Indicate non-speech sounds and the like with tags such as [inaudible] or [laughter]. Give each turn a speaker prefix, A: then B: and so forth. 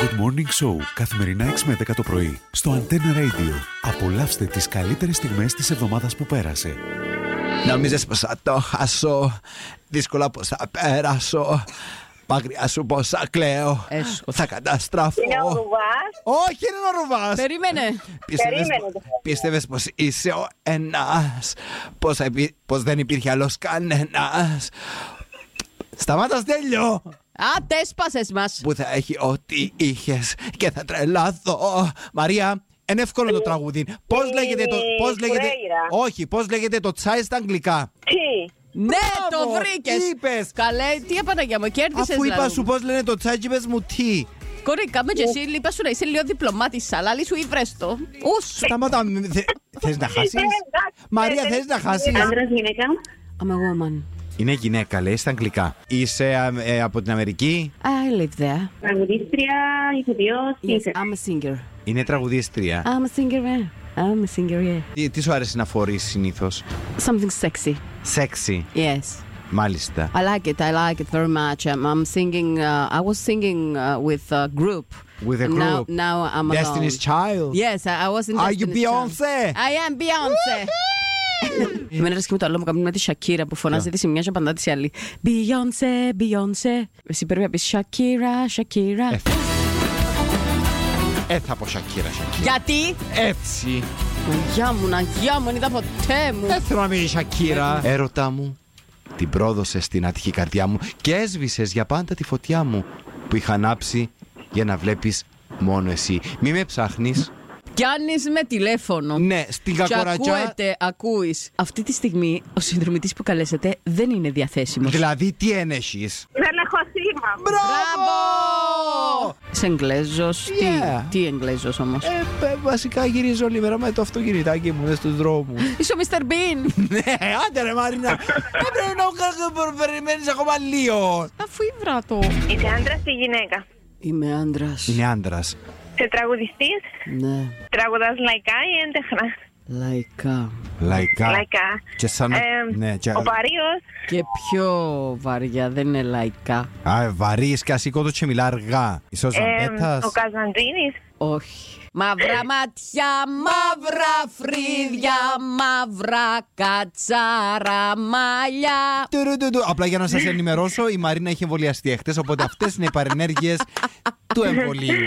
A: Good Morning Show, καθημερινά 6 με 10 το πρωί, στο Antenna Radio. Απολαύστε τις καλύτερες στιγμές της εβδομάδας που πέρασε.
B: Νόμιζες πως θα το χάσω, δύσκολα πως θα πέρασω, παγριά σου πως θα κλαίω,
C: Έσχος.
B: θα καταστραφώ.
D: Είναι ο Ρουβάς.
B: Όχι, είναι ο Ρουβάς. Ε.
C: Περίμενε.
B: Πίστευες,
D: Περίμενε.
B: πίστευες πως είσαι ο ένας, πως, θα υπή- πως δεν υπήρχε άλλος κανένας. Σταμάτας τέλειο
C: Α, τέσπασες μας.
B: που θα έχει ό,τι είχες και θα τρελαθώ. Μαρία, είναι εύκολο το τραγούδι. Πώς
D: η-
B: λέγεται το... Πώς
D: Ε, η
B: λέγεται...
D: Κουρέιρα.
B: Όχι, πώς λέγεται το τσάι στα αγγλικά.
D: Τι.
C: Ναι,
B: Μπράβο,
C: το βρήκες.
B: τι είπες.
C: Καλέ, τι επαναγία μου, κέρδισες.
B: Αφού είπα σου πώς λένε το τσάκι, πε μου τι.
C: Κορή, κάμε και εσύ, λείπα σου να είσαι λίγο διπλωμάτης, αλλά λύσου ή βρέστο. Ους.
B: Σταμάτα. μ,
C: [laughs]
B: θε- Θες να χάσει.
D: Ε, εντάξει,
B: Μαρία,
D: δεν-
B: θες να χάσεις.
D: Άντρας, γυναίκα.
C: I'm a woman.
B: Είναι γυναίκα, λέει στα αγγλικά. Είσαι α, ε, από την Αμερική,
C: I live there.
D: Τραγουδίστρια, ηθοποιός,
C: Yes,
D: σύνθεση.
C: I'm a singer.
B: είναι τραγουδίστρια.
C: I'm a singer, yeah. I'm a singer, yeah.
B: Τι, τι σου άρεσε να φορείς συνήθως.
C: Something sexy.
B: Σεξι,
C: Yes.
B: μάλιστα.
C: I like it. I like it very much. I'm, I'm singing. Uh, I was singing uh, with a group.
B: With a
C: And Now,
B: group.
C: now I'm
B: Destiny's
C: alone.
B: Child.
C: Yes, I, I was in.
B: Are you
C: Destiny's Child.
B: Beyonce?
C: I am Beyonce. Με ένα και με το άλλο μου κάνουν με τη Σακύρα που φωνάζει τη σε μια και απαντά της άλλη. Beyoncé, Beyoncé. Εσύ πρέπει να πεις Σακύρα, Σακύρα.
B: Ε. Ε, θα πω Σακύρα, Σακύρα.
C: Γιατί?
B: Έτσι.
C: Αγιά μου, αγιά μου, δεν είδα ποτέ μου.
B: Δεν θέλω να μείνει Σακύρα. Έρωτά μου, την πρόδωσε στην άτυχη καρδιά μου και έσβησες για πάντα τη φωτιά μου που είχα ανάψει για να βλέπεις μόνο εσύ. Μη με ψάχνεις.
C: Πιάνεις με τηλέφωνο.
B: Ναι, στην
C: Και
B: κακορατιά.
C: ακούεται, ακούεις. Αυτή τη στιγμή ο συνδρομητής που καλέσατε δεν είναι διαθέσιμος.
B: Δηλαδή, τι ένεχει.
D: Δεν έχω σήμα.
B: Μπράβο!
C: Είσαι Εγγλέζος.
B: Yeah.
C: Τι, τι Εγγλέζος όμως.
B: Ε, ε, βασικά γυρίζω όλη μέρα με το αυτοκινητάκι μου στους δρόμους.
C: Είσαι ο Mr. Bean.
B: ναι, άντε ρε Μαρίνα. Έπρεπε να περιμένεις ακόμα λίγο.
C: Αφού ήβρα το. Ναι.
D: Είσαι άντρας ή γυναίκα.
C: Είμαι άντρας.
B: Είναι άντρας.
D: Σε τραγουδιστής,
C: Ναι,
D: τραγουδάς λαϊκά ή έντεχνα.
C: λαϊκά.
B: Λαϊκά.
D: Λαϊκά.
B: Και σαν.
D: Ε,
B: ναι, και...
D: Ο Παρίος,
C: Και πιο βαριά, δεν είναι λαϊκά.
B: Α, βαρύ, κασικό το και μιλά αργά. Είσαι ο
D: ε,
B: Ζαμπέτας.
D: ο Καζαντζίνης.
C: Όχι. Μαύρα μάτια, μαύρα φρύδια, μαύρα κατσάρα μαλλιά.
B: Τουρουρουρου. Απλά για να σας ενημερώσω, η Μαρίνα έχει εμβολιαστεί εχθές, οπότε αυτές είναι οι παρενέργειες του εμβολίου.